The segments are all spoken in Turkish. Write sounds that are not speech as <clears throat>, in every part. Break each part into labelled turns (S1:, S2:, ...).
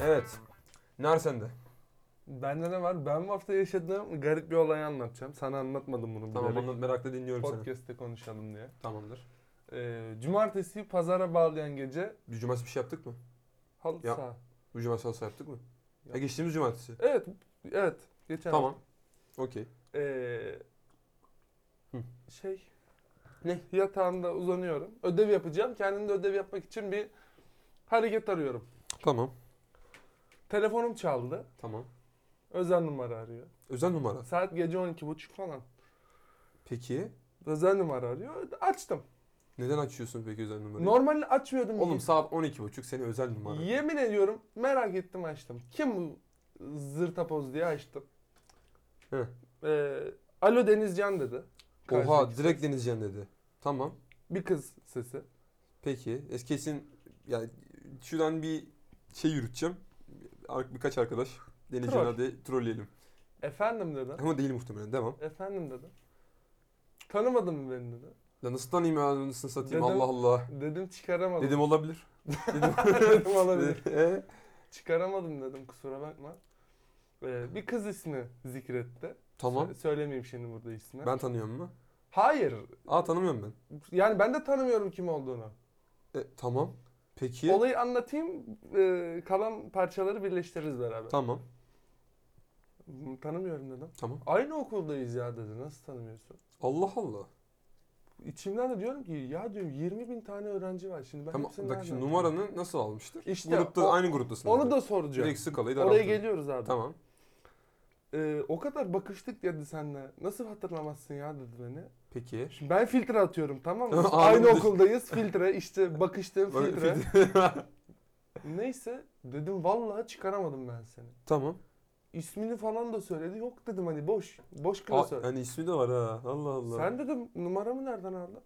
S1: Evet. Nar sende.
S2: Bende ne var? Ben bu hafta yaşadığım garip bir olayı anlatacağım. Sana anlatmadım bunu
S1: Tamam
S2: bilerek.
S1: anlat merakla dinliyorum seni.
S2: Podcast'te konuşalım diye.
S1: Tamamdır.
S2: Ee, cumartesi pazara bağlayan gece
S1: Bir cumartesi bir şey yaptık mı?
S2: halı
S1: Ya.
S2: saha.
S1: Bu cumartesi halı saha yaptık mı?
S2: Yok. Şey
S1: Ha, geçtiğimiz cumartesi.
S2: Evet, evet. Geçen
S1: Tamam. Okey.
S2: Ee,
S1: Hı.
S2: şey ne yatağımda uzanıyorum. Ödev yapacağım. Kendimde ödev yapmak için bir hareket arıyorum.
S1: Tamam.
S2: Telefonum çaldı.
S1: Tamam.
S2: Özel numara arıyor.
S1: Özel numara.
S2: Saat gece 12.30 falan.
S1: Peki.
S2: Özel numara arıyor. Açtım.
S1: Neden açıyorsun peki özel numarayı?
S2: Normalde açmıyordum.
S1: Oğlum saat 12.30 senin özel numara.
S2: Yemin ediyorum merak ettim açtım. Kim bu zırtapoz diye açtım.
S1: Hı.
S2: Ee, Alo Denizcan dedi.
S1: Oha
S2: Karşıdaki
S1: direkt denizcan dedi. Tamam.
S2: Bir kız sesi.
S1: Peki. Es kesin yani şuradan bir şey yürüteceğim. Ar- birkaç arkadaş denizcan
S2: Troll.
S1: hadi trolleyelim.
S2: <laughs> Efendim dedi.
S1: Ama değil muhtemelen. Devam.
S2: Efendim dedi. Tanımadın mı beni dedi.
S1: Ya nasıl tanıyayım ya anasını satayım
S2: Dedim-
S1: Allah Allah.
S2: Dedim çıkaramadım.
S1: Dedim olabilir.
S2: <laughs>
S1: <laughs>
S2: Dedim olabilir.
S1: E?
S2: çıkaramadım dedim kusura bakma. Ee, bir kız ismi zikretti.
S1: Tamam.
S2: Sö- söylemeyeyim şimdi burada ismi.
S1: Ben tanıyorum mu?
S2: Hayır.
S1: Aa tanımıyorum ben.
S2: Yani ben de tanımıyorum kim olduğunu.
S1: E, tamam. Peki.
S2: Olayı anlatayım. ee, kalan parçaları birleştiririz beraber.
S1: Tamam.
S2: M- Tanımıyorum dedim.
S1: Tamam.
S2: Aynı okuldayız ya dedi. Nasıl tanımıyorsun?
S1: Allah Allah.
S2: İçimden de diyorum ki ya diyorum 20 bin tane öğrenci var. Şimdi ben
S1: tamam.
S2: hepsini
S1: Bak şimdi
S2: nereden tanıyayım?
S1: numaranı nasıl almıştır?
S2: İşte
S1: Grupta,
S2: o-
S1: aynı gruptasın.
S2: Onu
S1: zaten.
S2: da soracağım.
S1: Direkt sıkalayı da
S2: Oraya
S1: arattın.
S2: geliyoruz abi.
S1: Tamam.
S2: Ee, o kadar bakıştık dedi senle. Nasıl hatırlamazsın ya dedi beni.
S1: Peki.
S2: Şimdi ben filtre atıyorum
S1: <laughs>
S2: tamam mı?
S1: Tamam,
S2: Aynı
S1: anladım.
S2: okuldayız filtre işte bakıştığım
S1: Bak-
S2: filtre. <laughs> Neyse dedim vallahi çıkaramadım ben seni.
S1: tamam.
S2: İsmini falan da söyledi. Yok dedim hani boş. Boş
S1: Aa,
S2: klasör.
S1: hani ismi de var ha. Allah Allah.
S2: Sen dedim numaramı nereden aldın?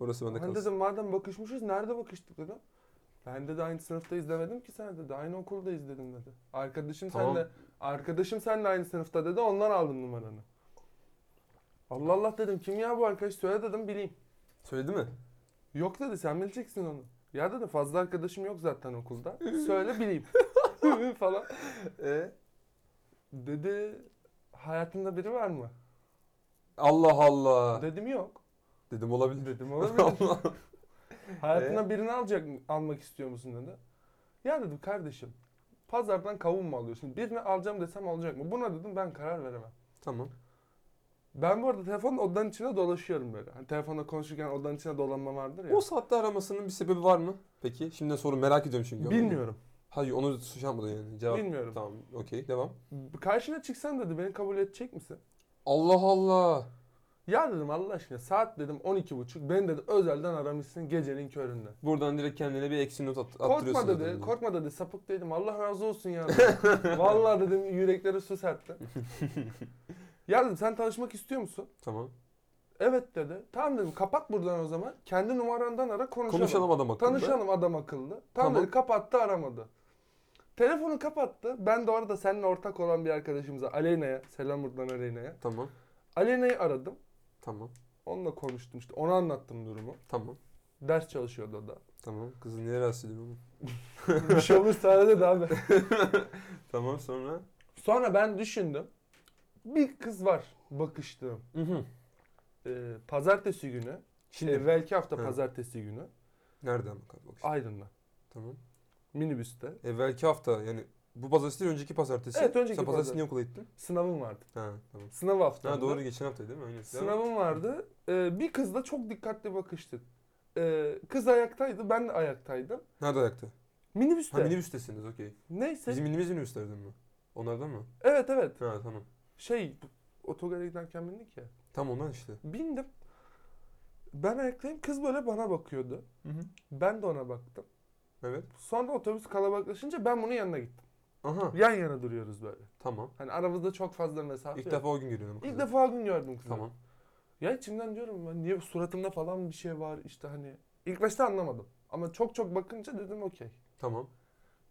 S1: Orası bende
S2: Hani
S1: kalsın.
S2: dedim madem bakışmışız nerede bakıştık dedim. Ben de aynı sınıftayız demedim ki sana dedi. Aynı okuldayız dedim dedi. Arkadaşım
S1: Tamam.
S2: senle arkadaşım senle aynı sınıfta dedi. Ondan aldım numaranı. Allah Allah dedim kim ya bu arkadaş söyle dedim bileyim.
S1: Söyledi mi?
S2: Yok dedi sen bileceksin onu. Ya dedim fazla arkadaşım yok zaten okulda. Söyle
S1: <laughs>
S2: bileyim. <laughs> falan.
S1: E?
S2: Dedi hayatında biri var mı?
S1: Allah Allah. <laughs>
S2: Dedim yok.
S1: Dedim olabilir.
S2: Dedim
S1: Allah
S2: <laughs> olabilir.
S1: Allah.
S2: Hayatına birini alacak mı- almak istiyor musun dedi. Ya dedim kardeşim pazardan kavun mu alıyorsun? Birini alacağım desem olacak mı? Buna dedim ben karar veremem.
S1: Tamam.
S2: Ben bu arada telefonun odanın içine dolaşıyorum böyle. Hani telefonda konuşurken odanın içine dolanma vardır ya.
S1: O saatte aramasının bir sebebi var mı? Peki. Şimdi sorun merak ediyorum çünkü.
S2: Bilmiyorum.
S1: Hayır onu şey yapmadan yani. Cevap.
S2: Bilmiyorum.
S1: Tamam. Okey. Devam.
S2: Karşına çıksan dedi beni kabul edecek misin?
S1: Allah Allah.
S2: Ya dedim Allah aşkına saat dedim 12.30 beni dedi özelden aramışsın gecenin köründe.
S1: Buradan direkt kendine bir eksi not at, attırıyorsun.
S2: Korkma dedi,
S1: zaten.
S2: korkma dedi sapık dedim Allah razı olsun
S1: <laughs>
S2: ya. dedim. Vallahi dedim yüreklere su serpti. ya dedim sen tanışmak istiyor musun?
S1: Tamam.
S2: Evet dedi. Tamam dedim kapat buradan o zaman. Kendi numarandan ara konuşalım.
S1: Konuşalım adam hakkında.
S2: Tanışalım adam akıllı. Tamam,
S1: Tamam.
S2: dedi kapattı aramadı. Telefonu kapattı. Ben de orada seninle ortak olan bir arkadaşımıza Aleyna'ya, selam buradan Aleyna'ya.
S1: Tamam.
S2: Aleyna'yı aradım.
S1: Tamam.
S2: Onunla konuştum işte. Ona anlattım durumu.
S1: Tamam.
S2: Ders çalışıyordu o da.
S1: Tamam. Kızı niye rahatsız ediyorsun oğlum?
S2: Bir şey olursa ara dedi abi.
S1: Tamam sonra.
S2: Sonra ben düşündüm. Bir kız var bakıştığım.
S1: Hı hı.
S2: Ee, pazartesi günü.
S1: Şimdi.
S2: Evvelki hafta
S1: Ha.
S2: pazartesi günü.
S1: Nereden bakalım? Bak işte.
S2: Aydın'da.
S1: Tamam.
S2: Minibüste.
S1: Evvelki hafta yani bu pazartesi değil önceki pazartesi.
S2: Evet, önceki
S1: Sen pazartesi
S2: pazar-
S1: niye okula gittin?
S2: Sınavım vardı.
S1: Ha tamam.
S2: Sınav haftamda.
S1: Ha doğru geçen hafta değil mi? Aynen. Devam.
S2: Sınavım vardı. Ee, bir kızla çok dikkatli bakıştık. Ee, kız ayaktaydı. Ben de ayaktaydım.
S1: Nerede ayakta?
S2: Minibüste.
S1: Ha minibüstesiniz okey.
S2: Neyse.
S1: Bizim indiğimiz minibüslerden mi? Onlardan mı?
S2: Evet evet.
S1: Ha tamam.
S2: Şey otogara giderken bindik ya.
S1: Tam ondan işte.
S2: Bindim. Ben ayaktayım. Kız böyle bana bakıyordu. Ben de ona baktım.
S1: Evet.
S2: Sonra otobüs kalabalıklaşınca ben bunun yanına gittim.
S1: Aha.
S2: Yan yana duruyoruz böyle.
S1: Tamam.
S2: Hani aramızda çok fazla mesafe
S1: İlk
S2: yok.
S1: defa o gün görüyorum.
S2: İlk
S1: kızı.
S2: defa gün gördüm kızı.
S1: Tamam.
S2: Ya içimden diyorum ben niye suratımda falan bir şey var işte hani. İlk başta anlamadım. Ama çok çok bakınca dedim okey.
S1: Tamam.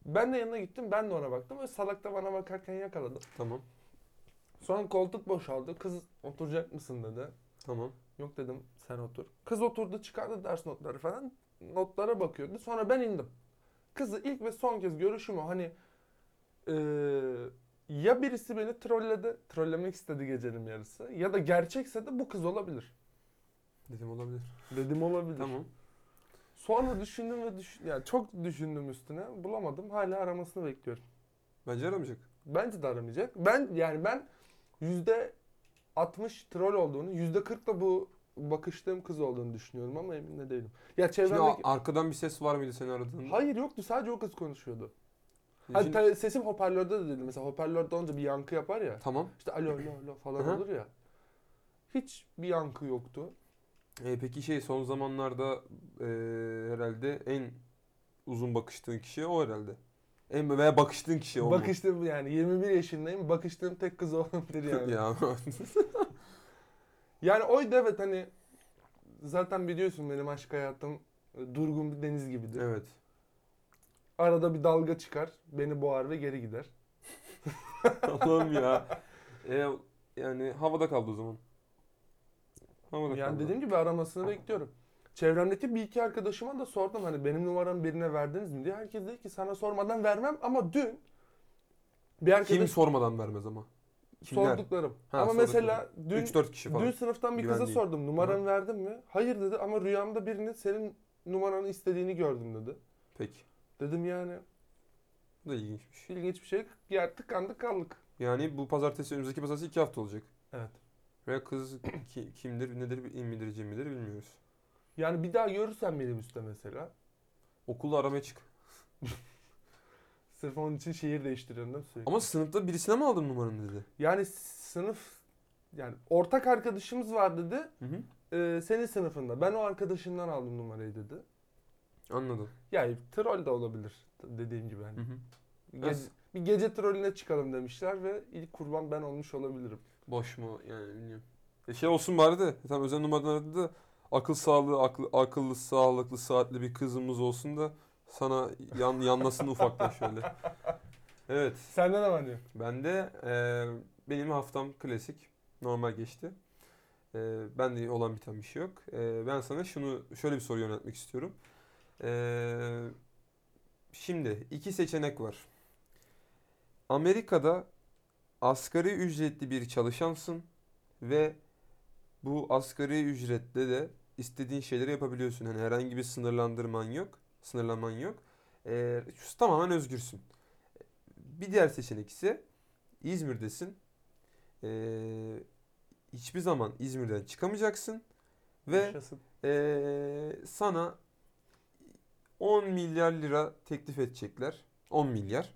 S2: Ben de yanına gittim ben de ona baktım. Öyle salak da bana bakarken yakaladım.
S1: Tamam.
S2: Sonra koltuk boşaldı. Kız oturacak mısın dedi.
S1: Tamam.
S2: Yok dedim sen otur. Kız oturdu çıkardı ders notları falan. Notlara bakıyordu. Sonra ben indim. Kızı ilk ve son kez görüşüm o. Hani eee, ya birisi beni trolledi, trollemek istedi gecenin yarısı. Ya da gerçekse de bu kız olabilir.
S1: Dedim olabilir.
S2: Dedim olabilir.
S1: Tamam.
S2: Sonra düşündüm ve düşün, yani çok düşündüm üstüne. Bulamadım. Hala aramasını bekliyorum.
S1: Bence aramayacak.
S2: Bence de aramayacak. Ben yani ben yüzde 60 troll olduğunu, yüzde 40 da bu bakıştığım kız olduğunu düşünüyorum ama emin de değilim. Ya
S1: Şimdi
S2: çevremdeki...
S1: a- arkadan bir ses var mıydı seni aradığında?
S2: Hayır yoktu sadece o kız konuşuyordu.
S1: Şimdi-
S2: Hani te- sesim hoparlörde de değildi. Mesela hoparlörde olunca bir yankı yapar ya.
S1: Tamam.
S2: İşte alo alo alo falan
S1: Aha.
S2: olur ya. Hiç bir yankı yoktu.
S1: E, peki şey son zamanlarda e, herhalde en uzun bakıştığın kişi o herhalde. En veya bakıştığın kişi o mu?
S2: Bakıştığım yani 21 yaşındayım. Bakıştığım tek kız olabilir
S1: <laughs>
S2: yani.
S1: ya.
S2: Yani oydu evet hani zaten biliyorsun benim aşk hayatım e, durgun bir deniz
S1: <laughs>
S2: gibidir.
S1: evet.
S2: Arada bir dalga çıkar, beni boğar ve geri gider.
S1: Allah'ım ya. E, yani havada kaldı o zaman. Havada
S2: Yani
S1: kaldı.
S2: dediğim gibi aramasını bekliyorum. Çevremdeki bir iki arkadaşıma da sordum hani benim numaramı birine verdiniz mi diye. Herkes dedi ki sana sormadan vermem ama dün bir
S1: Kim
S2: arkadaş
S1: sormadan vermez ama. Kimler?
S2: sorduklarım.
S1: Ha,
S2: ama
S1: sordukları.
S2: mesela dün
S1: 3-4 kişi falan.
S2: Dün sınıftan bir kıza
S1: Güvenliği.
S2: sordum numaranı verdin mi? Hayır dedi ama rüyamda birinin senin numaranı istediğini gördüm dedi.
S1: Peki.
S2: Dedim yani
S1: Bu da ilginçmiş.
S2: ilginç bir şey. Ya tıkandık kaldık.
S1: Yani bu pazartesi önümüzdeki pazartesi 2 hafta olacak.
S2: Evet.
S1: Veya kız <coughs> ki- kimdir, nedir, in midir, cin midir bilmiyoruz.
S2: Yani bir daha görürsen benim üstte mesela.
S1: Okulda aramaya çık.
S2: Sırf onun için şehir değiştiriyorum değil mi sürekli?
S1: Ama sınıfta birisine mi aldın numaranı dedi.
S2: Yani sınıf yani ortak arkadaşımız var dedi.
S1: Hı hı.
S2: Ee, senin sınıfında. Ben o arkadaşından aldım numarayı dedi.
S1: Anladım.
S2: Yani troll de olabilir dediğim gibi. Hani.
S1: Hı hı.
S2: Ge-
S1: Yes.
S2: bir gece trollüne çıkalım demişler ve ilk kurban ben olmuş olabilirim.
S1: Boş mu yani bilmiyorum. E şey olsun bari de. Tam özel numaradan aradı da akıl sağlığı, aklı, akıllı, sağlıklı, saatli bir kızımız olsun da sana yan, yanlasın ufaktan <laughs> şöyle. Evet.
S2: Sende ne var diyor.
S1: Ben de eee, benim haftam klasik. Normal geçti. Eee ben de olan biten bir şey yok. Eee, ben sana şunu şöyle bir soru yöneltmek istiyorum. Eee, Ee, şimdi iki seçenek var. Amerika'da asgari ücretli bir çalışansın ve bu asgari ücretle de istediğin şeyleri yapabiliyorsun. Hani herhangi bir sınırlandırman yok, sınırlaman yok. Eee, şu- tamamen özgürsün. Bir diğer seçenek ise İzmir'desin. Ee, hiçbir zaman İzmir'den çıkamayacaksın ve
S2: Yaşasın.
S1: ee, sana 10 milyar lira teklif edecekler. 10 milyar.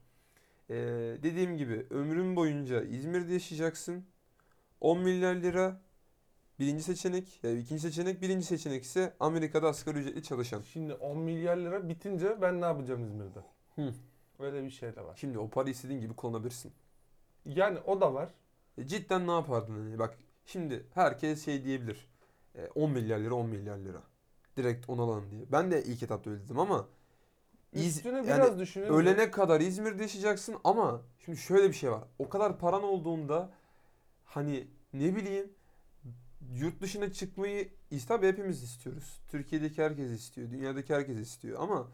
S1: Ee, dediğim gibi ömrün boyunca İzmir'de yaşayacaksın. 10 milyar lira birinci seçenek. Yani ikinci seçenek. Birinci seçenek ise Amerika'da asgari ücretli çalışan.
S2: Şimdi 10 milyar lira bitince ben ne yapacağım İzmir'de?
S1: Hı.
S2: Öyle bir şey de var.
S1: Şimdi o parayı istediğin gibi kullanabilirsin.
S2: Yani o da var.
S1: E, Cidden ne yapardın hani bak şimdi herkes şey diyebilir. E, 10 milyar lira 10 milyar lira. Direkt onu alalım diye. Ben de ilk etapta öyle dedim ama İz-
S2: Üstüne
S1: yani
S2: biraz düşününce
S1: ölene kadar İzmir'de yaşayacaksın ama şimdi şöyle bir şey var. O kadar paran olduğunda hani ne bileyim yurt dışına çıkmayı is- tabii hepimiz istiyoruz. Türkiye'deki herkes istiyor. Dünyadaki herkes istiyor ama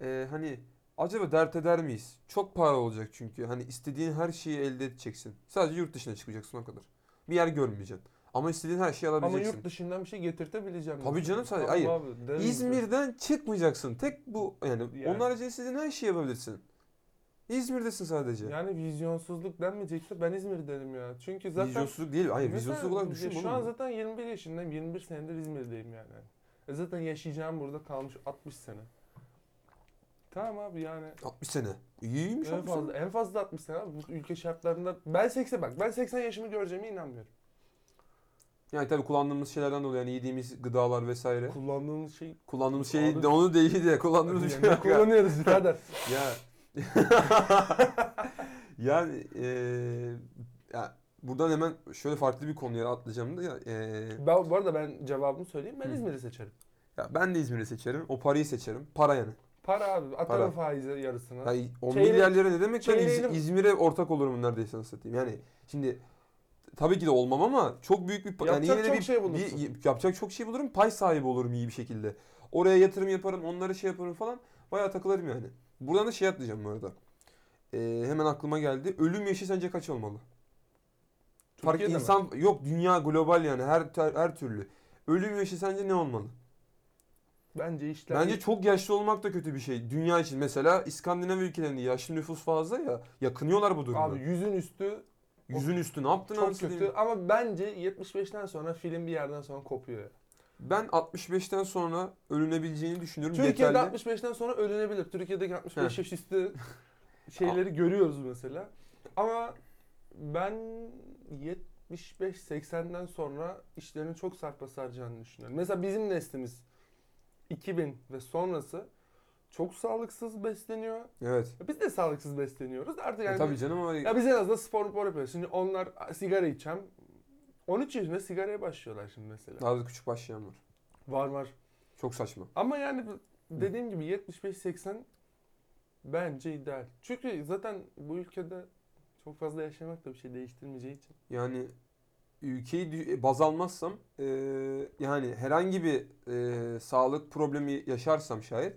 S1: e, hani acaba dert eder miyiz? Çok para olacak çünkü. Hani istediğin her şeyi elde edeceksin. Sadece yurt dışına çıkacaksın o kadar. Bir yer görmeyeceksin. Ama istediğin her şeyi
S2: ama
S1: alabileceksin.
S2: yurt dışından bir şey getirtebileceğim.
S1: Tabii
S2: mesela.
S1: canım, sadece-
S2: Tamam
S1: hayır.
S2: abi, derim ki,
S1: İzmir'den çıkmayacaksın. Tek bu yani,
S2: Yani.
S1: onlar için istediğin her şeyi yapabilirsin. İzmir'desin sadece.
S2: Yani vizyonsuzluk denmeyecekse ben İzmir derim ya. Çünkü zaten
S1: Vizyonsuzluk değil. Hayır
S2: Mesela e,
S1: vizyonsuzluk olarak düşün
S2: Şu
S1: bunu.
S2: an zaten 21 yaşındayım. 21 senedir İzmir'deyim yani. E zaten yaşayacağım burada kalmış 60 sene. Tamam abi yani
S1: 60 sene. İyiymiş
S2: en
S1: 60 sene.
S2: fazla, en fazla 60 sene abi. Bu ülke şartlarında ben 80 bak ben 80 yaşımı göreceğime inanmıyorum.
S1: Yani tabii kullandığımız şeylerden dolayı yani yediğimiz gıdalar vesaire.
S2: Kullandığımız şey
S1: Kullandığımız şey
S2: Abi-
S1: de onu değil de kullandığımız bir
S2: yani
S1: şey <laughs>
S2: ne
S1: yok ya.
S2: kullanıyoruz birader. <laughs>
S1: Ya. yani eee ya buradan hemen şöyle farklı bir konuya atlayacağım da ya, eee,
S2: Ben, bu arada ben cevabımı söyleyeyim. Ben
S1: Hı.
S2: İzmir'i seçerim.
S1: ya ben de İzmir'i seçerim. O parayı seçerim. Para yani.
S2: Para abi.
S1: Para.
S2: Atarım faize yarısını.
S1: Ya 10
S2: Çeyrek-
S1: milyar lira ne demek ben İz-
S2: çeyreğini-
S1: İzmir'e ortak olurum neredeyse nasıl satayım. Yani şimdi tabii ki de olmam ama çok büyük bir pa- yani
S2: Yapacak
S1: yine de
S2: çok
S1: bir,
S2: şey
S1: bir-
S2: bulursun.
S1: yapacak çok şey bulurum. Pay sahibi olurum iyi bir şekilde. Oraya yatırım yaparım, onlara şey yaparım falan. Bayağı takılırım yani. Buradan da şey atlayacağım bu arada. Ee, hemen aklıma geldi. Ölüm yaşı sence kaç olmalı? Fark
S2: Türkiye'de mi?
S1: insan yok dünya global yani her ter- her türlü. Ölüm yaşı sence ne olmalı?
S2: Bence işler...
S1: Bence çok yaşlı olmak da kötü bir şey dünya için. Mesela İskandinav ülkelerinde yaşlı nüfus fazla ya yakınıyorlar bu durumda.
S2: Abi yüzün üstü
S1: Yüzün üstü ne yaptın
S2: çok
S1: anasını
S2: kötü
S1: diyeyim?
S2: ama bence 75'ten sonra film bir yerden sonra kopuyor. ya.
S1: Ben 65'ten sonra ölünebileceğini düşünüyorum.
S2: Türkiye'de
S1: Yeterli.
S2: 65'ten sonra ölünebilir. Türkiye'deki 65
S1: Heh. <laughs>
S2: yaş üstü şeyleri görüyoruz mesela. Ama ben 75-80'den sonra işlerin çok sarpa saracağını düşünüyorum. Mesela bizim neslimiz 2000 ve sonrası çok sağlıksız besleniyor.
S1: Evet.
S2: Biz de sağlıksız besleniyoruz. Artık
S1: E
S2: yani
S1: tabii canım ama
S2: Ya biz en azından spor spor yapıyoruz. Şimdi onlar sigara içen 13 yaşında sigaraya başlıyorlar şimdi mesela.
S1: daha da küçük başlayan var.
S2: Var var.
S1: Çok saçma.
S2: Ama yani bu- dediğim gibi 75-80 bence ideal. Çünkü zaten bu ülkede çok fazla yaşamak da bir şey değiştirmeyeceği için.
S1: Yani ülkeyi dü- baz almazsam e, yani herhangi bir e, sağlık problemi yaşarsam şayet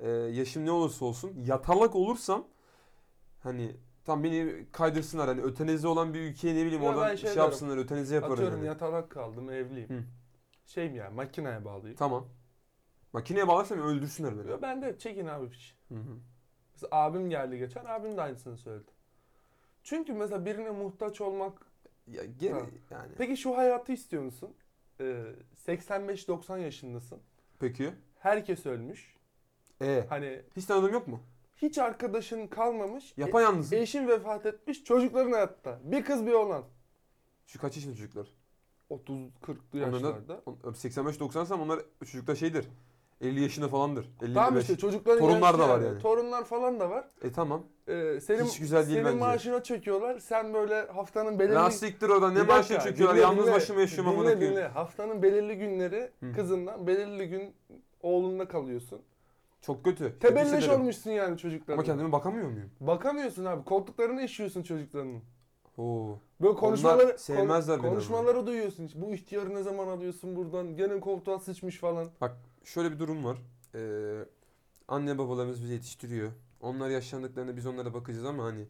S1: e, yaşım ne olursa olsun yatalak olursam hani tam beni kaydırsınlar hani ötenize olan bir ülkeye ne bileyim
S2: Ya
S1: oradan
S2: ben şey
S1: şey
S2: derim,
S1: yapsınlar ötenize yaparım
S2: Atıyorum
S1: yani.
S2: yatalak kaldım evliyim.
S1: Hı.
S2: Şeyim ya makineye bağlıyım.
S1: Tamam. Makineye bağlarsam öldürsünler beni.
S2: Ya ben de çekin abi piç.
S1: Hı hı.
S2: Mesela abim geldi geçen abim de aynısını söyledi. Çünkü mesela birine muhtaç olmak
S1: Ya gene
S2: Ha.
S1: yani.
S2: Peki şu hayatı istiyor musun? Ee, 85-90 yaşındasın.
S1: Peki.
S2: Herkes ölmüş.
S1: E.
S2: Hani
S1: Hiç tanıdığım yok mu?
S2: hiç arkadaşın kalmamış. E-
S1: Yapayalnız.
S2: eşin vefat etmiş. Çocukların hayatta. Bir kız bir oğlan.
S1: Şu kaç yaşında çocuklar?
S2: 30-40'lı
S1: Onların da-
S2: yaşlarda.
S1: 85-90 sam onlar çocukta şeydir. 50 yaşında falandır. 50
S2: Tamam işte çocukların
S1: Torunlar
S2: yaşlı
S1: da var yani.
S2: Torunlar falan da var.
S1: E tamam.
S2: Ee, senin
S1: Hiç güzel değil
S2: senin
S1: bence.
S2: maaşına çöküyorlar. Sen böyle haftanın belirli...
S1: Lastiktir oradan ne
S2: E, Bir dakika,
S1: maaşı çöküyorlar.
S2: dinle,
S1: Yalnız
S2: dinle.
S1: başıma yaşıyorum amına
S2: Dinle
S1: koyayım.
S2: dinle. Haftanın belirli günleri
S1: Hı.
S2: kızından, belirli gün oğlunda kalıyorsun.
S1: Çok kötü. Tebrik
S2: Tebelleş
S1: ederim.
S2: olmuşsun yani çocuklarına.
S1: Ama kendime bakamıyor muyum?
S2: Bakamıyorsun abi. Koltuklarını işiyorsun çocuklarının.
S1: Oo.
S2: Böyle konuşmaları kon-
S1: sevmezler beni ama.
S2: konuşmaları duyuyorsun. İşte Bu ihtiyarı ne zaman alıyorsun buradan? Gene koltuğa sıçmış falan.
S1: Şöyle bir durum var. Ee, anne babalarımız bizi yetiştiriyor. Onlar yaşlandıklarında biz onlara bakacağız ama hani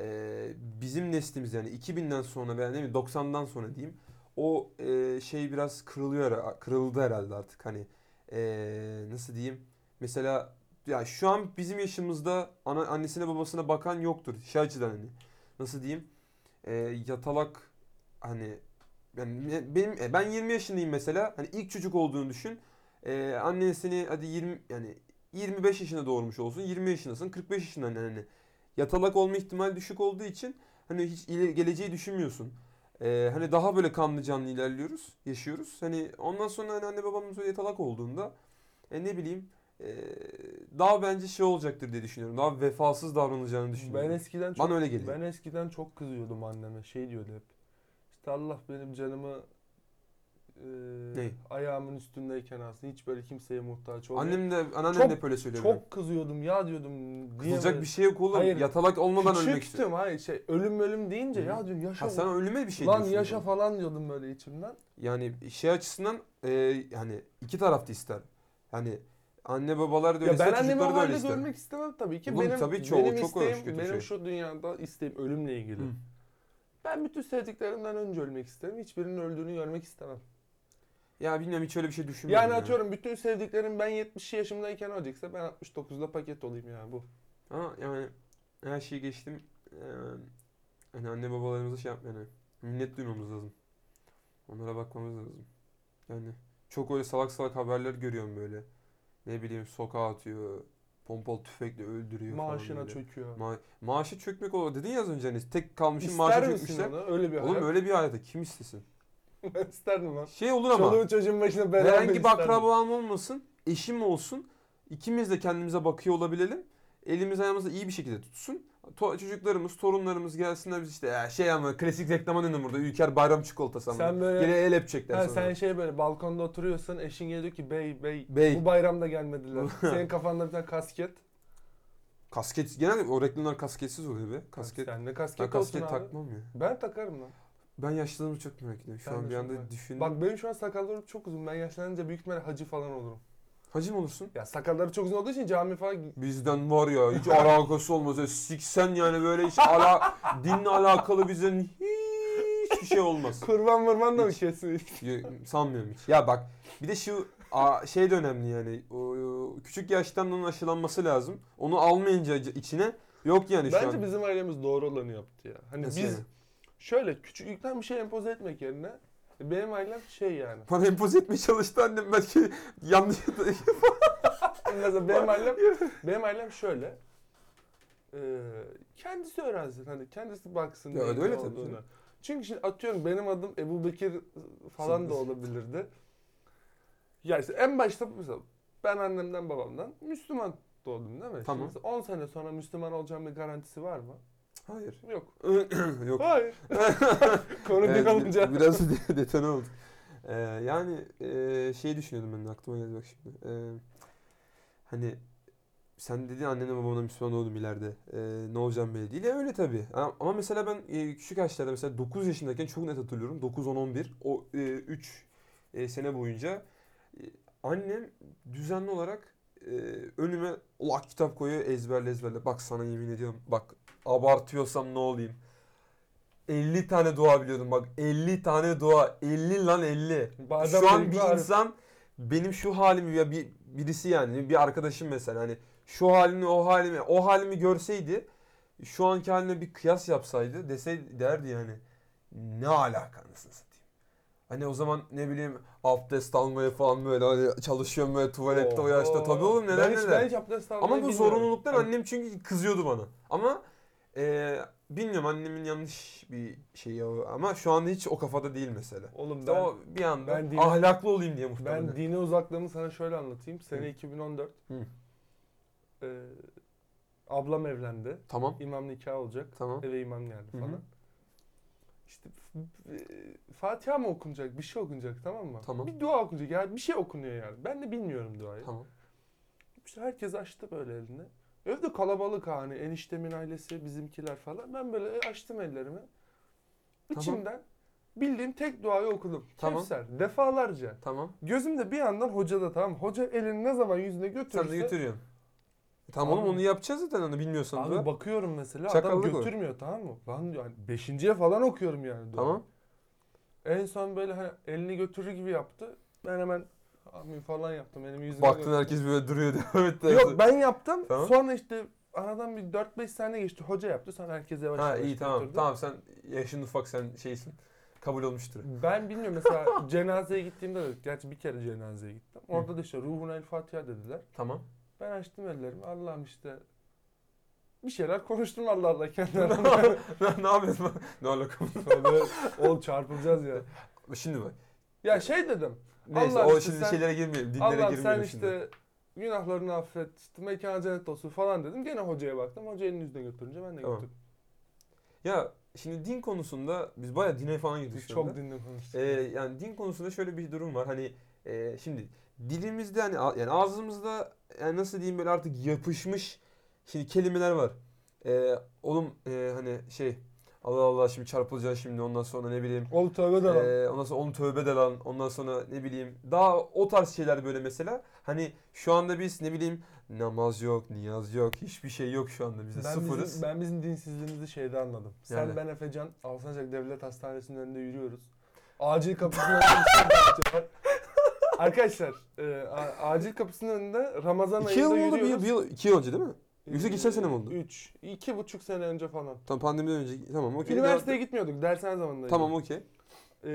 S1: ee, bizim neslimiz yani 2000'den sonra veya ne bileyim 90'dan sonra diyeyim. O ee, şey biraz kırılıyor ara- kırıldı herhalde artık hani ee, nasıl diyeyim? Mesela ya şu an bizim yaşımızda ana, annesine babasına bakan yoktur. Şey açıdan hani nasıl diyeyim? Ee, yatalak hani yani ne- benim e, ben 20 yaşındayım mesela. Hani ilk çocuk olduğunu düşün. Ee, annen seni hadi 20 yani 25 yaşında doğurmuş olsun. 20 yaşındasın. 45 yaşında annen hani yatalak olma ihtimali düşük olduğu için hani hiç ile- geleceği düşünmüyorsun. Ee, hani daha böyle kanlı canlı ilerliyoruz, yaşıyoruz. Hani ondan sonra hani anne babamız böyle yatalak olduğunda e, ne bileyim e, daha bence şey olacaktır diye düşünüyorum. Daha vefasız davranacağını
S2: Ben
S1: düşünüyorum.
S2: eskiden çok
S1: Bana öyle geliyor.
S2: ben eskiden çok kızıyordum anneme. Şey diyordu hep. İşte Allah benim canımı e,
S1: Ney?
S2: ayağımın üstündeyken alsın. Hiç böyle kimseye muhtaç olmuyor.
S1: Annem de anneannem
S2: Çok-
S1: de hep öyle söylüyor.
S2: çok kızıyordum ya diyordum. niye
S1: Kızılacak
S2: böyle-
S1: bir şey yok oğlum.
S2: Hayır.
S1: Yatalak olmadan ölmek istiyorum.
S2: Küçüktüm hayır şey ölüm ölüm deyince
S1: Hı.
S2: ya diyorum yaşa.
S1: Ha, sen ölüme bir şey
S2: Lan
S1: diyorsun.
S2: yaşa
S1: oğlum.
S2: falan diyordum böyle içimden.
S1: Yani şey açısından e, yani iki taraf da ister. Yani anne babalar da öyle
S2: Ya
S1: ister,
S2: ben annemi
S1: çocukları da öyle
S2: olayda
S1: ister.
S2: görmek istemem tabii ki.
S1: Oğlum
S2: benim
S1: tabii ki o
S2: benim
S1: çok hoş,
S2: isteğim,
S1: kötü
S2: benim
S1: şey.
S2: şu dünyada isteğim ölümle ilgili.
S1: Hı.
S2: Ben bütün sevdiklerimden önce ölmek isterim. Hiçbirinin öldüğünü görmek istemem.
S1: Ya bilmiyorum hiç öyle bir şey düşünmedim.
S2: Yani atıyorum bütün sevdiklerim ben 70 yaşımdayken ölecekse ben 69'da paket olayım yani bu.
S1: Ama yani her şeyi geçtim. Ee, hani anne babalarımıza şey yapmayalım. Yani, minnet duymamız lazım. Onlara bakmamız lazım. Yani çok öyle salak salak haberler görüyorum böyle. Ne bileyim sokağa atıyor. Pompalı tüfekle öldürüyor falan
S2: Maaşına
S1: böyle.
S2: çöküyor.
S1: Ma- maaşı çökmek olur. Dedin ya az önce hani tek kalmışım maaşı
S2: İster misin
S1: çökmüşler.
S2: onu? Öyle bir
S1: Oğlum
S2: hayat.
S1: öyle bir hayata kim istesin?
S2: <laughs> ben isterdim lan.
S1: Şey olur ama.
S2: Çoluğun çocuğun başına beraber
S1: Herhangi bir
S2: isterdim.
S1: akrabam olmasın, eşim olsun. İkimiz de kendimize bakıyor olabilelim. Elimiz ayağımızı iyi bir şekilde tutsun. To- çocuklarımız, torunlarımız gelsinler biz işte "Ya şey ama klasik reklama döndüm burada. Ülker bayram çikolatası ama.
S2: Sen böyle-
S1: Gene el öpecekler
S2: Ha,
S1: sonra.
S2: sen şey böyle balkonda oturuyorsun eşin geliyor ki bey bey,
S1: Bey.
S2: bu bayramda gelmediler. Senin kafanda bir tane kasket.
S1: Kasket, genelde o reklamlar kasketsiz oluyor be. Kasket.
S2: Sen ne
S1: Ben
S2: kasket, olsun
S1: kasket
S2: abi?
S1: takmam ya.
S2: Ben takarım lan.
S1: Ben yaşlılığımı çok merak ediyorum. Şu
S2: Ben de
S1: an bir
S2: çok
S1: anda
S2: merak-
S1: düşündüm.
S2: Bak benim şu an sakallarım çok uzun. Ben yaşlanınca büyük ihtimalle hacı falan olurum.
S1: Hacı mı olursun?
S2: Ya sakalları çok uzun olduğu için cami falan
S1: Bizden var ya hiç alakası olmaz. Ya Siksen yani böyle hiç
S2: <laughs>
S1: ala, dinle alakalı bizden hiçbir şey olmaz.
S2: kurban vurman da mı kesin?
S1: Yo- Sanmıyorum hiç. Ya bak bir de şu a- şey de önemli yani. O, o, küçük yaştan onun aşılanması lazım. Onu almayınca c- içine yok yani Hani şu
S2: Bence
S1: an.
S2: bizim ailemiz doğru olanı yaptı ya. Hani
S1: Nasıl
S2: biz
S1: yani?
S2: şöyle küçüklükten bir şey empoze etmek yerine benim ailem şey yani.
S1: Bana empoze etmeye çalıştı annem belki <laughs> yanlış.
S2: Mesela benim ailem benim ailem şöyle. Ee, kendisi öğrensin hani kendisi baksın.
S1: Ya
S2: neyin ne
S1: öyle tabii
S2: olduğunu.
S1: canım.
S2: Çünkü şimdi atıyorum benim adım Ebu Bekir falan da olabilirdi. Ya işte en başta mesela ben annemden babamdan Müslüman doğdum değil mi? Şimdi
S1: Tamam.
S2: mesela 10 sene sonra Müslüman olacağım bir garantisi var mı?
S1: Hayır. <clears throat>
S2: Yok.
S1: yok. <laughs>
S2: <laughs> Hayır. Konu
S1: Evet,
S2: bir olunca.
S1: bi- Biraz <laughs> de- detone olduk. Ee, yani e, şey düşünüyordum ben de, aklıma geldi bak şimdi. Ee, hani sen dedin annene babana Müslüman oldum ileride. Ee, ne olacağım belli değil. Ya öyle tabii. Ama ama mesela ben e, küçük yaşlarda mesela 9 yaşındayken çok net hatırlıyorum. 9, 10, 11. O 3 sene boyunca e, annem düzenli olarak e, önüme ulak kitap koyuyor ezberle ezberle. Bak sana yemin ediyorum. Bak abartıyorsam ne olayım. 50 tane dua biliyordum bak 50 tane dua 50 lan 50.
S2: Bazen
S1: şu an
S2: benim
S1: bir
S2: var.
S1: insan benim şu halimi ya bir birisi yani bir arkadaşım mesela hani şu halini o halimi o halimi görseydi şu anki haline bir kıyas yapsaydı deseydi derdi yani ne alaka anasını satayım. Hani o zaman ne bileyim abdest almaya falan böyle hani çalışıyorum böyle tuvalette o yaşta
S2: Oo.
S1: tabii oğlum neler
S2: ben
S1: neler.
S2: hiç, ben hiç abdest almayı
S1: Ama bu
S2: bilmiyorum.
S1: zorunluluktan
S2: Hani
S1: annem çünkü kızıyordu bana. Ama e, bilmiyorum annemin yanlış bir şeyi o. ama şu anda hiç o kafada değil mesela.
S2: Oğlum
S1: İşte
S2: ben,
S1: o bir anda
S2: ben dini-
S1: ahlaklı olayım diye muhtemelen.
S2: ben dine uzaklığımı sana şöyle anlatayım. Sene
S1: Hı.
S2: 2014.
S1: Hı.
S2: Ee, ablam evlendi.
S1: Tamam
S2: İmam nikahı olacak.
S1: tamam.
S2: Eve imam geldi
S1: Hı hı.
S2: falan. İşte f- e, Fatiha mı okunacak? Bir şey okunacak tamam mı?
S1: Tamam.
S2: Bir dua okunacak. Yani bir şey okunuyor yani. Ben de bilmiyorum duayı.
S1: Tamam.
S2: İşte herkes açtı böyle elini. Evde kalabalık ha, hani eniştemin ailesi, bizimkiler falan. Ben böyle e, açtım ellerimi.
S1: Tamam.
S2: İçimden bildiğim tek duayı okudum.
S1: Tamam.
S2: Kevser, defalarca.
S1: Tamam.
S2: Gözümde bir yandan hocada tamam. Hoca elini ne zaman yüzüne götürürse.
S1: Sen de götürüyorsun. E, Tamam oğlum
S2: Abi-
S1: onu yapacağız zaten onu bilmiyorsan
S2: Abi
S1: da.
S2: bakıyorum mesela
S1: Çakallık
S2: adam
S1: o.
S2: götürmüyor tamam mı? Ben yani beşinciye falan okuyorum yani. duayı.
S1: Tamam.
S2: En son böyle hani elini götürür gibi yaptı. Ben hemen amin falan yaptım. Elimi yüzüne
S1: Baktın herkes böyle duruyor <laughs> devam et. dersin.
S2: Yok ben yaptım.
S1: Tamam.
S2: Sonra işte aradan bir 4-5 saniye geçti. Hoca yaptı. Sonra herkes yavaş
S1: Ha
S2: yavaş
S1: iyi tamam.
S2: götürdü.
S1: Tamam sen yaşın ufak sen şeysin. Kabul olmuştur.
S2: Ben bilmiyorum mesela <laughs> cenazeye gittiğimde de gerçi bir kere cenazeye gittim. Orada da işte ruhuna el Fatiha dediler.
S1: Tamam. <laughs>
S2: Ben açtım ellerimi. Allah'ım işte bir şeyler konuştum Allah Allah
S1: <laughs>
S2: kendi aramda.
S1: ne yapıyorsun? ne alakam?
S2: Böyle, Oğlum çarpılacağız ya.
S1: Şimdi bak.
S2: Ya şey dedim.
S1: Neyse
S2: Allah'ım
S1: o
S2: işte
S1: şimdi
S2: sen-
S1: şeylere girmeyelim. Dinlere
S2: Allah'ım
S1: girmeyelim
S2: sen
S1: şimdi.
S2: işte günahlarını affet, işte mekanı cennet olsun falan dedim. Gene hocaya baktım. Hoca elini yüzüne götürünce ben de
S1: Tamam.
S2: götürdüm.
S1: Ya şimdi din konusunda biz bayağı dine falan girdik
S2: Biz
S1: şu anda.
S2: çok dinle konuştuk.
S1: Ee, yani din konusunda şöyle bir durum var. Hani e, şimdi dilimizde hani a- yani ağzımızda yani nasıl diyeyim böyle artık yapışmış şimdi kelimeler var. Ee, oğlum e, hani şey Allah Allah şimdi çarpılacaksın şimdi ondan sonra ne bileyim
S2: Ol tövbe de lan.
S1: ee, ondan sonra onu tövbe de lan. Ondan sonra ne bileyim. Daha o tarz şeyler böyle mesela. Hani şu anda biz ne bileyim namaz yok, niyaz yok. Hiçbir şey yok şu anda bizde.
S2: ben
S1: Sıfırız.
S2: Bizim, ben bizim dinsizliğimizi şeyde anladım. Sen
S1: Nerede?
S2: ben Efecan Alsancak Devlet Hastanesi'nin önünde yürüyoruz. Acil kapısının önünde bir şey
S1: <laughs>
S2: yapıyorlar. Arkadaşlar e, a- acil kapısının önünde Ramazan
S1: İki yıl
S2: ayında
S1: mı oldu? Bir yıl,
S2: yürüyoruz.
S1: bir yıl, iki yıl önce değil mi? Yoksa geçen sene mi oldu?
S2: Üç. iki buçuk sene önce falan.
S1: Tam pandemiden önce. Tamam okey.
S2: Üniversiteye gitmiyorduk. Dershane zamanındaydı.
S1: Tamam okey.
S2: E,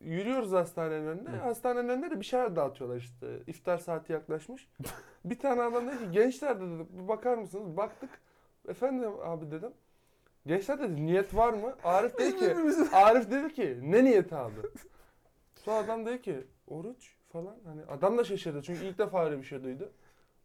S2: yürüyoruz hastanenin önünde.
S1: Hı.
S2: Hastanenin önünde de bir şeyler dağıtıyorlar işte. İftar
S1: <laughs>
S2: saati yaklaşmış. bir tane adam dedi ki gençler dedi bir bakar mısınız? Baktık. Efendim abi dedim. Gençler dedi niyet var mı? Arif dedi
S1: <laughs>
S2: ki
S1: Birbirimizin-
S2: Arif dedi ki ne niyeti abi? Sonra adam dedi ki oruç falan hani adam da şaşırdı çünkü ilk defa öyle bir şey duydu.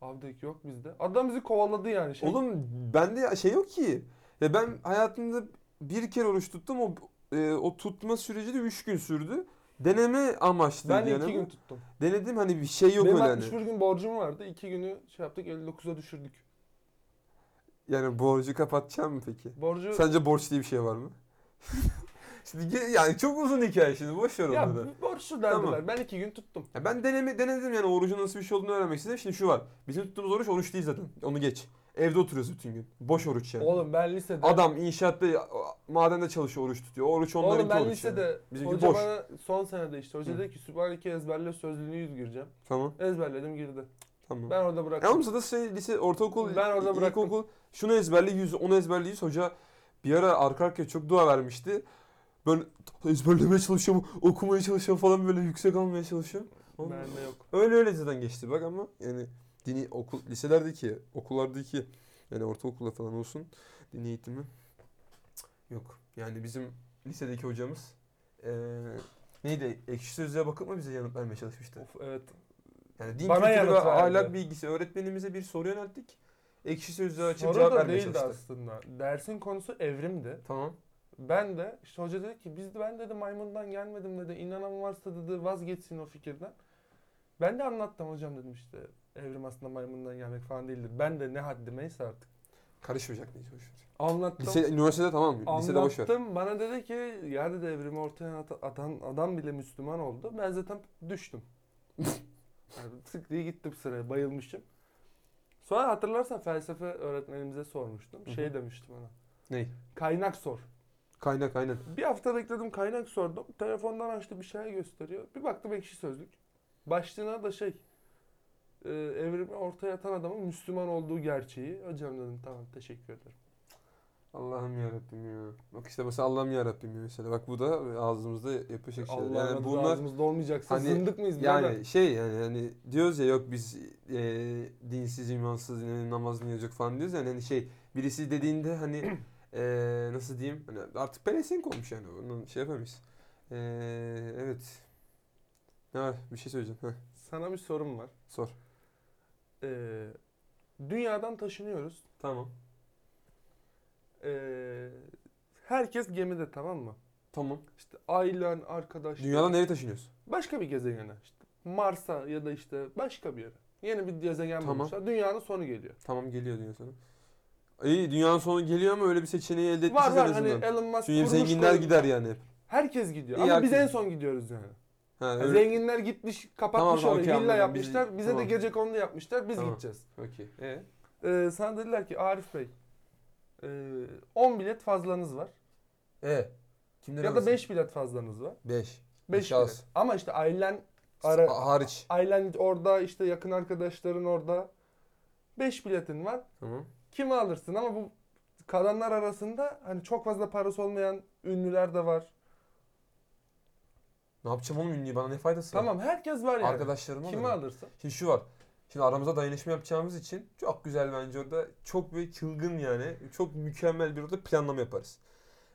S2: Abi dedi ki yok bizde. Adam bizi kovaladı yani. Şey,
S1: Oğlum bende şey yok ki. Ya ben hayatımda bir kere oruç tuttum. O e, o tutma süreci de 3 gün sürdü. Deneme amaçlıydı
S2: ben de
S1: yani.
S2: iki gün
S1: ama
S2: tuttum.
S1: Denedim hani bir şey yok
S2: Benim
S1: öyle hani.
S2: 61 gün borcum vardı. iki günü şey yaptık 59'a düşürdük.
S1: Yani borcu kapatacağım mı peki?
S2: Borcu
S1: Sence borç diye bir şey var mı? <laughs> Şimdi ge- yani çok uzun hikaye şimdi boş ver onu
S2: Ya
S1: da.
S2: borçlu derdiler.
S1: Tamam.
S2: Ben iki gün tuttum.
S1: Ya ben deneme, denedim yani orucun nasıl bir şey olduğunu öğrenmek istedim. Şimdi şu var. Bizim tuttuğumuz oruç oruç değil zaten. Onu geç. Evde oturuyoruz bütün gün. Boş oruç yani.
S2: Oğlum ben lisede...
S1: Adam inşaatta madende çalışıyor oruç tutuyor. Oruç onların
S2: Oğlum
S1: oruç.
S2: ben
S1: yani.
S2: lisede
S1: Bizimki
S2: hoca
S1: boş.
S2: bana son senede işte hoca
S1: Hı.
S2: dedi ki Sübhaneke ezberle sözlüğünü yüz gireceğim.
S1: Tamam
S2: Ezberledim girdi.
S1: tamam.
S2: Ben orada
S1: E oğlum
S2: bıraktım.
S1: zaten şey lise ortaokul
S2: Ben orada
S1: i-
S2: bıraktım.
S1: ilkokul şunu ezberli 100 onu ezberli 100 hoca bir ara arka arkaya çok dua vermişti. Ben ezberlemeye çalışıyorum, okumaya çalışıyorum falan böyle yüksek almaya çalışıyorum. Oğlum,
S2: Ben de yok.
S1: Öyle öyle zaten geçti bak ama yani dini okul liselerdeki, okullardaki yani ortaokulda falan olsun dini eğitimi yok. Yani bizim lisedeki hocamız eee, neydi? Ekşi sözlüğe bakıp mı bize yanıt vermeye çalışmıştı?
S2: Of, evet.
S1: Yani din
S2: Bana
S1: kültürü
S2: yanıt
S1: ve
S2: verdi.
S1: ahlak bilgisi öğretmenimize bir soru yönelttik. Ekşi sözlüğü açıp
S2: Soru
S1: cevap
S2: da
S1: vermeye
S2: değildi
S1: çalıştı.
S2: aslında. Dersin konusu evrimdi.
S1: Tamam.
S2: Ben de işte hoca dedi ki biz de ben dedi maymundan gelmedim dedi. İnanan varsa dedi vazgeçsin o fikirden. Ben de anlattım hocam dedim işte evrim aslında maymundan gelmek falan değildir. Ben de ne haddimeyse artık.
S1: Karışmayacak mıyız? Boş ver.
S2: Anlattım.
S1: Lise, üniversitede tamam. Lisede boş ver.
S2: Anlattım. Bana dedi ki ya dedi evrimi ortaya at- atan adam bile Müslüman oldu. Ben zaten
S1: <laughs>
S2: düştüm. yani tık diye gittim sıraya bayılmışım. Sonra hatırlarsan felsefe öğretmenimize sormuştum.
S1: Hı hı.
S2: Şey demiştim ona.
S1: Ney?
S2: Kaynak sor.
S1: Kaynak aynen.
S2: Bir hafta bekledim kaynak sordum. Telefondan açtı bir şey gösteriyor. Bir baktım ekşi sözlük. Başlığına da şey e, evrimi ortaya atan adamın Müslüman olduğu gerçeği. Hocam dedim tamam teşekkür ederim.
S1: Allah'ım yarabbim ya. Bak işte mesela Allah'ım yarabbim ya mesela. Bak bu da ağzımızda yapışık şeyler.
S2: Allah'ın
S1: yani
S2: adı
S1: bunlar
S2: ağzımızda olmayacaksa
S1: hani
S2: zındık mıyız?
S1: yani
S2: birader?
S1: şey yani hani diyoruz ya yok biz e, dinsiz, imansız, e, namaz niyazcık falan diyoruz yani hani şey birisi dediğinde hani <clears throat> e, nasıl diyeyim hani artık pelesenk olmuş yani onun şey yapamayız. E, evet. Ne var? Bir şey söyleyeceğim. Heh,
S2: Sana bir sorum var.
S1: sor.
S2: Ee, dünyadan taşınıyoruz.
S1: Tamam.
S2: Ee, herkes gemide tamam mı?
S1: Tamam.
S2: İşte ailen, arkadaşlar.
S1: Dünyadan nereye taşınıyorsun?
S2: Başka bir gezegene. İşte Mars'a ya da işte başka bir yere. Yeni bir gezegen
S1: Tamam.
S2: bulmuşlar. Dünyanın sonu geliyor.
S1: Tamam geliyor dünya sonu. İyi dünyanın sonu geliyor ama öyle bir seçeneği elde etmişiz
S2: Var
S1: en
S2: var hani
S1: azından.
S2: Elon Musk
S1: Çünkü
S2: kurmuş
S1: zenginler
S2: koymuş.
S1: gider yani hep.
S2: Herkes gidiyor
S1: İyi,
S2: ama biz en
S1: herkes-
S2: son gidiyoruz yani.
S1: Ha,
S2: Yani
S1: öyle.
S2: Zenginler gitmiş, kapatmış
S1: Tamam,
S2: orayı,
S1: okey,
S2: villa
S1: anladım.
S2: yapmışlar.
S1: Biz-
S2: Bize
S1: tamam.
S2: de gece kondu yapmışlar. Biz
S1: Tamam.
S2: gideceğiz.
S1: Okey. E?
S2: Ee, sana dediler ki Arif Bey, ee, 10 bilet fazlanız var.
S1: E? Kimler
S2: Ya da 5 bilet fazlanız var.
S1: 5.
S2: 5
S1: Şahıs.
S2: bilet. Ama işte ailen ara,
S1: Hariç.
S2: ailen orada işte yakın arkadaşların orada. 5 biletin var.
S1: Tamam.
S2: Kimi alırsın ama bu kalanlar arasında hani çok fazla parası olmayan ünlüler de var.
S1: Ne yapacağım oğlum ünlüyü bana ne faydası var?
S2: Tamam herkes var yani.
S1: Arkadaşlarıma
S2: Kimi
S1: da.
S2: alırsın?
S1: Şimdi şu var. Şimdi aramızda dayanışma yapacağımız için çok güzel bence orada çok bir çılgın yani çok mükemmel bir orada planlama yaparız.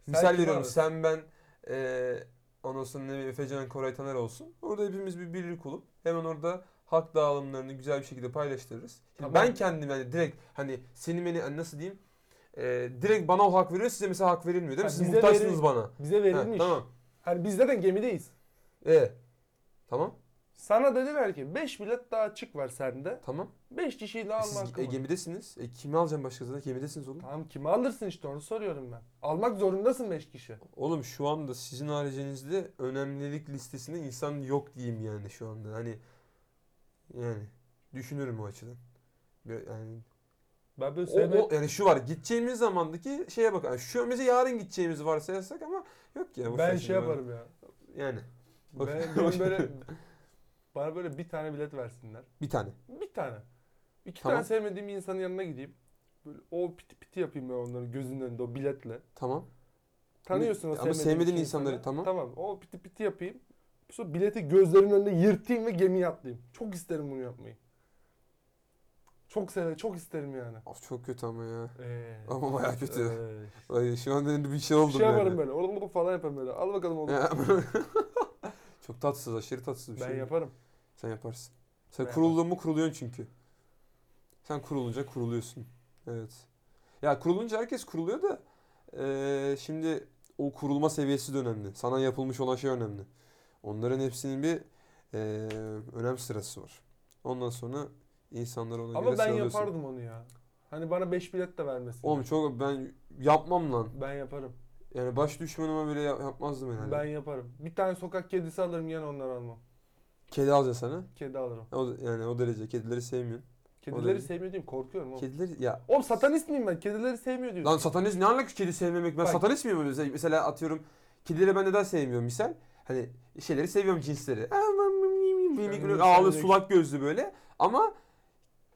S2: Sen
S1: Misal
S2: kimi
S1: veriyorum
S2: alırsın?
S1: sen ben eee ondan sonra ne bileyim Efe Can, Koray Taner olsun. Orada hepimiz bir birlik olup hemen orada hak dağılımlarını güzel bir şekilde paylaştırırız. Şimdi
S2: Tamam.
S1: Ben kendim yani direkt hani seni beni hani nasıl diyeyim Eee direkt bana o hak veriyor size mesela hak verilmiyor değil mi?
S2: Ha,
S1: Siz
S2: bize
S1: muhtaçsınız
S2: veri-
S1: bana.
S2: Bize
S1: Ha,
S2: verilmiş.
S1: tamam.
S2: Hani biz zaten gemideyiz.
S1: E. Tamam.
S2: Sana dediler ki 5 bilet daha açık var sende.
S1: Tamam.
S2: 5 kişiyi
S1: E
S2: daha alma
S1: Siz
S2: hakkı
S1: e,
S2: var.
S1: gemidesiniz. E, kimi alacağım başka zaten? Gemidesiniz oğlum.
S2: Tamam kimi alırsın işte onu soruyorum ben. Almak zorundasın 5 kişi.
S1: Oğlum şu anda sizin haricinizde önemlilik listesinde insan yok diyeyim yani şu anda. Hani yani düşünürüm o açıdan. Bir- Yani,
S2: Ben böyle
S1: o,
S2: sevmek-
S1: o- yani şu var gideceğimiz zamandaki şeye bak. Yani şu an mesela yarın gideceğimizi varsayarsak ama yok ya. boş ver
S2: ben
S1: şimdi
S2: şey
S1: böyle.
S2: yaparım ya.
S1: Yani
S2: Ben,
S1: Boş- <laughs>
S2: benim böyle bana böyle bir tane bilet versinler.
S1: bir tane.
S2: Bir tane. İki
S1: Tamam.
S2: tane sevmediğim bir insanın yanına gideyim. Böyle o piti piti yapayım ben onların gözünün önünde o biletle.
S1: Tamam.
S2: Tanıyorsun o
S1: Ama
S2: sevmediğin
S1: sevmediğin
S2: iki
S1: insanları,
S2: insanı.
S1: tamam.
S2: Tamam o piti piti yapayım. Sonra bileti gözlerimin önünde yırtayım ve gemiye atlayayım. Çok isterim bunu yapmayı. Çok sever, çok isterim yani.
S1: Of çok kötü ama ya.
S2: Ee,
S1: Ama bayağı kötü.
S2: ee,
S1: Ay, şu anda bir <laughs> şey
S2: bir
S1: oldum
S2: şey
S1: yani.
S2: yaparım böyle. Oğlum falan yaparım böyle. Al bakalım oğlum.
S1: Ya. <laughs> çok tatsız aşırı tatsız bir
S2: ben
S1: şey.
S2: yaparım.
S1: Sen yaparsın. Sen
S2: Ben
S1: kuruldun mu kuruluyorsun çünkü. Sen kurulunca kuruluyorsun. Evet. Ya kurulunca herkes kuruluyor da eee, şimdi o kurulma seviyesi de önemli. Sana yapılmış olan şey önemli. Onların hepsinin bir eee, önem sırası var. Ondan sonra insanları ona göre
S2: Ama ben
S1: sıralıyorsun.
S2: yapardım onu ya. Hani bana 5 bilet de vermesin.
S1: Oğlum çok ben yapmam lan.
S2: Ben yaparım.
S1: Yani baş düşmanıma bile yap- yapmazdım herhalde.
S2: Ben yaparım. Bir tane sokak kedisi alırım gene onları almam.
S1: Kedi alacağız sana.
S2: Kedi alırım.
S1: O- Yani o derece kedileri sevmiyorsun.
S2: Kedileri
S1: Olabilir.
S2: sevmiyor diyeyim korkuyorum oğlum.
S1: Kedileri ya
S2: Oğlum satanist miyim ben? Kedileri sevmiyor diyorsun.
S1: Lan satanist ne alakası kedi sevmemek? Ben
S2: Bak.
S1: satanist miyim? Mesela- Mesela atıyorum kedileri ben neden sevmiyorum misal? Hani şeyleri seviyorum cinsleri.
S2: Sen
S1: Ağlı
S2: sen-
S1: sulak gözlü böyle. Ama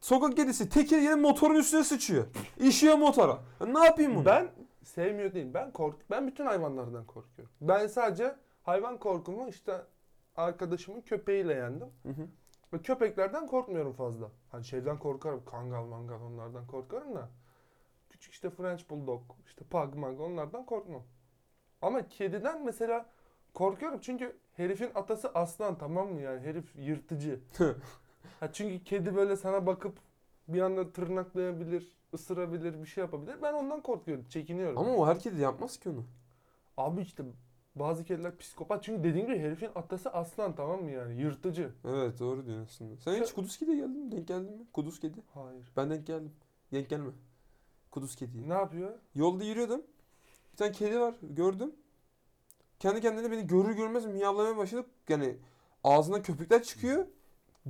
S1: sokak kedisi tekeri yine motorun üstüne sıçıyor. İşiyor motora. Ya Ne yapayım bunu?
S2: Ben sevmiyor değil. Ben kork ben bütün hayvanlardan korkuyorum. Ben sadece hayvan korkumu işte arkadaşımın köpeğiyle yendim.
S1: Hı hı.
S2: Ve köpeklerden korkmuyorum fazla. Hani şeyden korkarım. Kangal mangal onlardan korkarım da. Küçük işte French Bulldog, işte Pug Mug onlardan korkmam. Ama kediden mesela korkuyorum çünkü herifin atası aslan tamam mı yani herif yırtıcı. ha çünkü kedi böyle sana bakıp bir anda tırnaklayabilir, ısırabilir, bir şey yapabilir. Ben ondan korkuyorum, çekiniyorum.
S1: Ama o her kedi yapmaz ki onu.
S2: Abi işte bazı kediler psikopat çünkü dediğim gibi herifin atası aslan tamam mı yani yırtıcı.
S1: Evet doğru diyorsun aslında. Sen hiç kuduz kediye geldin mi? Denk geldin mi? Kuduz kedi.
S2: Hayır.
S1: Ben denk geldim. Denk gelme. Kuduz kediye.
S2: Ne yapıyor?
S1: Yolda yürüyordum. Bir tane kedi var gördüm. Kendi kendine beni görür görmez miyavlamaya başladı. Yani ağzından köpükler çıkıyor.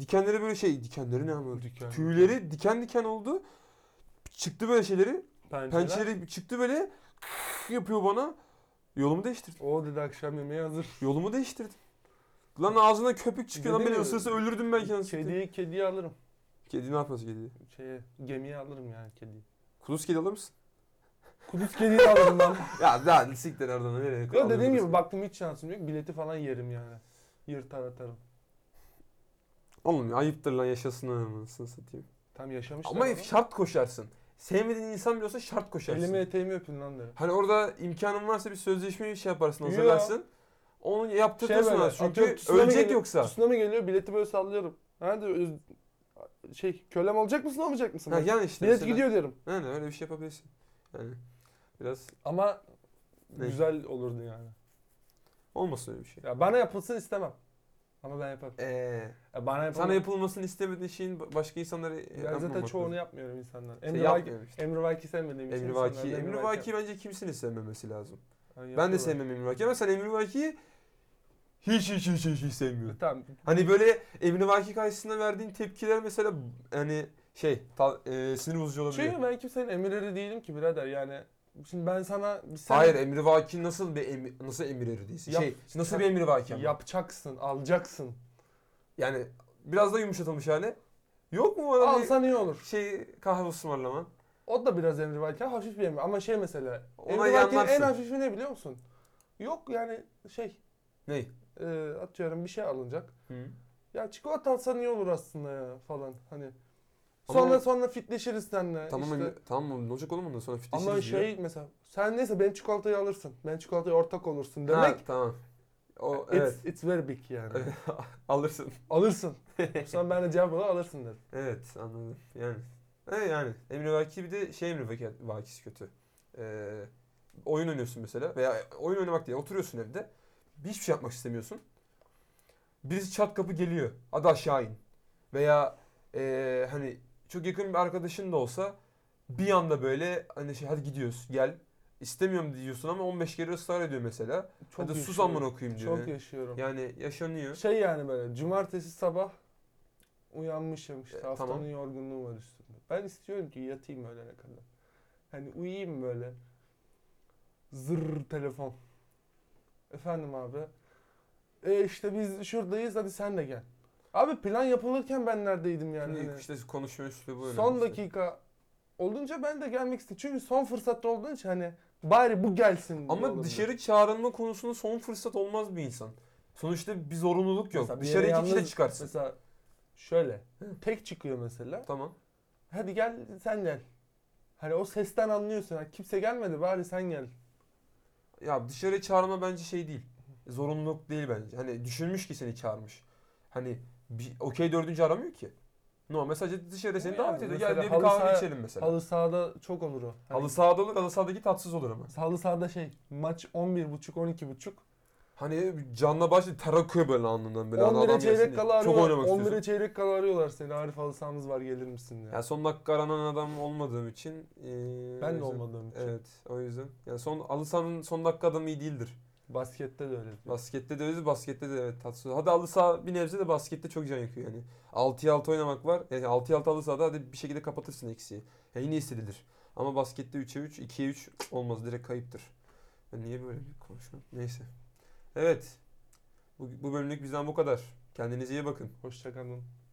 S1: Dikenleri böyle şey dikenleri ne anlıyor?
S2: Diken.
S1: Tüyleri diken diken oldu. Çıktı böyle şeyleri.
S2: Pençeler.
S1: Pençeleri çıktı böyle. yapıyor bana. Yolumu değiştirdim.
S2: O dedi akşam yemeği hazır.
S1: Yolumu değiştirdim. Lan ağzına köpük çıkıyor lan
S2: Dedim
S1: beni
S2: ya,
S1: ısırsa ölürdüm belki anasını. Kedi.
S2: Kediyi kediyi alırım.
S1: kedi ne yapması kedi?
S2: Şeye, gemiye alırım yani kediyi.
S1: Kuduz kedi alır mısın?
S2: Kudüs kediyi de
S1: <laughs>
S2: alırım lan.
S1: ya daha siktir oradan nereye?
S2: Yo
S1: Alıyoruz.
S2: dediğim gibi baktım hiç şansım yok. Bileti falan yerim yani. Yırtar atarım.
S1: Oğlum ya, ayıptır lan yaşasın anasını satayım.
S2: Tam yaşamışlar.
S1: Ama şart koşarsın. Sevmediğin insan biliyorsa şart koşarsın.
S2: Elimi eteğimi öpün lan derim.
S1: Hani orada imkanın varsa bir sözleşme bir şey yaparsın,
S2: Yo.
S1: hazırlarsın. Onu yaptırtırsın
S2: Şey böyle,
S1: az çünkü
S2: atıyorum, tsunami
S1: ölecek
S2: geliyor-
S1: yoksa.
S2: Tsunami geliyor bileti böyle sallıyorum. Hadi öz... şey kölem olacak mısın olmayacak mısın?
S1: Ha, yani işte.
S2: Bilet
S1: mesela.
S2: gidiyor derim.
S1: Yani öyle bir şey yapabilirsin. Yani biraz
S2: Ama
S1: Ne?
S2: güzel olurdu yani.
S1: olmasın öyle bir şey.
S2: Ya bana yapılsın istemem. Ama ben yaparım.
S1: Ee,
S2: Ya bana yapamam.
S1: sana yapılmasını istemediğin şeyin ba- başka insanlara
S2: Ben zaten çoğunu yapmıyorum insanlar. Emre
S1: Emre
S2: Vaki,
S1: yapmıyorum işte.
S2: Emre Vaki sevmediğim için
S1: Emre
S2: insanlardan
S1: Vaki.
S2: Emre
S1: Emre
S2: Vaki-
S1: Vaki bence kimsenin sevmemesi lazım.
S2: Ay,
S1: Ben de
S2: yapıyorlar.
S1: sevmem Emre Vaki'yi ama sen Emre Vaki'yi hiç hiç hiç hiç, hiç sevmiyorsun.
S2: Tamam.
S1: Hani böyle Emre Vaki karşısında verdiğin tepkiler mesela hani şey ta- e, sinir bozucu olabiliyor.
S2: Çünkü Şey ben kimsenin emirleri değilim ki birader yani. Şimdi ben sana bir sen
S1: Hayır Emre Vaki nasıl bir emir, nasıl emir eridiyse
S2: Yap-
S1: şey nasıl bir Emre Vaki ama?
S2: yapacaksın, alacaksın.
S1: Yani biraz da yumuşatılmış hali. Yok mu bana bir
S2: Alsan iyi olur.
S1: şey kahve ısmarlama?
S2: O da biraz emri belki hafif bir emir ama şey mesela.
S1: Ona
S2: Emri belki en
S1: yanlarsın.
S2: hafifi ne biliyor musun? Yok yani şey
S1: Ney?
S2: e, atıyorum bir şey alınacak. Ya çikolata alsan iyi olur aslında ya falan hani.
S1: Ama-
S2: Sonra sonra fitleşiriz seninle.
S1: Tamam
S2: işte.
S1: Emre, tamam oğlum, ne olacak oğlum ondan sonra fitleşiriz
S2: Ama
S1: diyor.
S2: şey mesela sen neyse benim çikolatayı alırsın. Benim çikolataya ortak olursun
S1: Ha,
S2: demek.
S1: tamam. O
S2: it's,
S1: evet.
S2: it's very big yani.
S1: <laughs> Alırsın.
S2: Alırsın.
S1: <laughs>
S2: Sen ben de cevap olarak alırsın dedim.
S1: Evet anladım. Yani. Evet yani. Emre Vaki bir de şey Emre Vaki, Vaki'si kötü. Ee, oyun oynuyorsun mesela veya oyun oynamak diye oturuyorsun evde. Hiçbir şey yapmak istemiyorsun. Birisi çat kapı geliyor. Adı aşağı in. Veya ee, hani çok yakın bir arkadaşın da olsa bir anda böyle hani şey hadi gidiyoruz gel. İstemiyorum diyorsun ama 15 kere ısrar ediyor mesela. hadi sus
S2: yaşıyorum.
S1: amına okuyayım diyor.
S2: Çok yaşıyorum.
S1: yani yaşanıyor.
S2: Şey yani böyle cumartesi sabah uyanmışım işte
S1: E,
S2: haftanın
S1: tamam.
S2: yorgunluğu var üstümde. Ben istiyorum ki yatayım öğlene kadar. Hani uyuyayım böyle. Zırr telefon. Efendim abi. E işte biz şuradayız hadi sen de gel. Abi plan yapılırken ben neredeydim yani?
S1: Yani
S2: Hani
S1: işte konuşma üslubu önemli.
S2: son dakika olunca ben de gelmek istedim. Çünkü son fırsatta olduğun için hani bari bu gelsin. diye
S1: Ama
S2: olabilir.
S1: dışarı çağrılma konusunda son fırsat olmaz bir insan. Sonuçta bir zorunluluk yok.
S2: Mesela bir
S1: dışarı
S2: yere
S1: iki kişi de
S2: yalnız-
S1: çıkarsın.
S2: Mesela şöyle.
S1: Hı.
S2: Tek çıkıyor mesela.
S1: Tamam.
S2: Hadi gel sen gel. Hani o sesten anlıyorsun. Ha, kimse gelmedi bari sen gel.
S1: Ya dışarı çağırma bence şey değil. Zorunluluk değil bence. Hani düşünmüş ki seni çağırmış. Hani bir okey dördüncü aramıyor ki. Normal sadece dışarı seni
S2: Yani
S1: davet ediyor. Gel
S2: mesela
S1: diye bir
S2: halı
S1: kahve
S2: saha-
S1: içelim mesela. Halı,
S2: Halı sahada çok olur o. Hani
S1: sahada olur, halı sahadaki tatsız olur ama.
S2: halı sahada şey maç 11.30 12.30
S1: Hani canla başla ter akıyor böyle alnından böyle.
S2: 10
S1: Hani
S2: lira
S1: adam
S2: çeyrek
S1: gelsin diye.
S2: kala
S1: Çok
S2: arıyorlar.
S1: oynamak
S2: 10
S1: istiyorsun.
S2: lira çeyrek kala arıyorlar seni. Arif halı sahamız var gelir misin diye.
S1: Yani son dakika aranan adam olmadığım için. ee, o
S2: ben de
S1: yüzden-
S2: olmadığım için.
S1: Evet o yüzden. Yani son Alısa'nın son dakika adamı iyi değildir.
S2: Baskette de öyle.
S1: Baskette de öyle baskette de evet Tatsu. Hadi halı saha bir nebze de baskette çok can yakıyor yani. 6'ya 6 oynamak var. Yani 6'ya 6 halı sahada hadi bir şekilde kapatırsın eksiği. Yani yine hissedilir. Ama baskette 3'e 3, 2'ye 3 olmaz direkt kayıptır. Ya niye böyle bir konuşuyorum? Neyse. Evet. Bu, bu bölümlük bizden bu kadar. Kendinize iyi bakın.
S2: Hoşçakalın.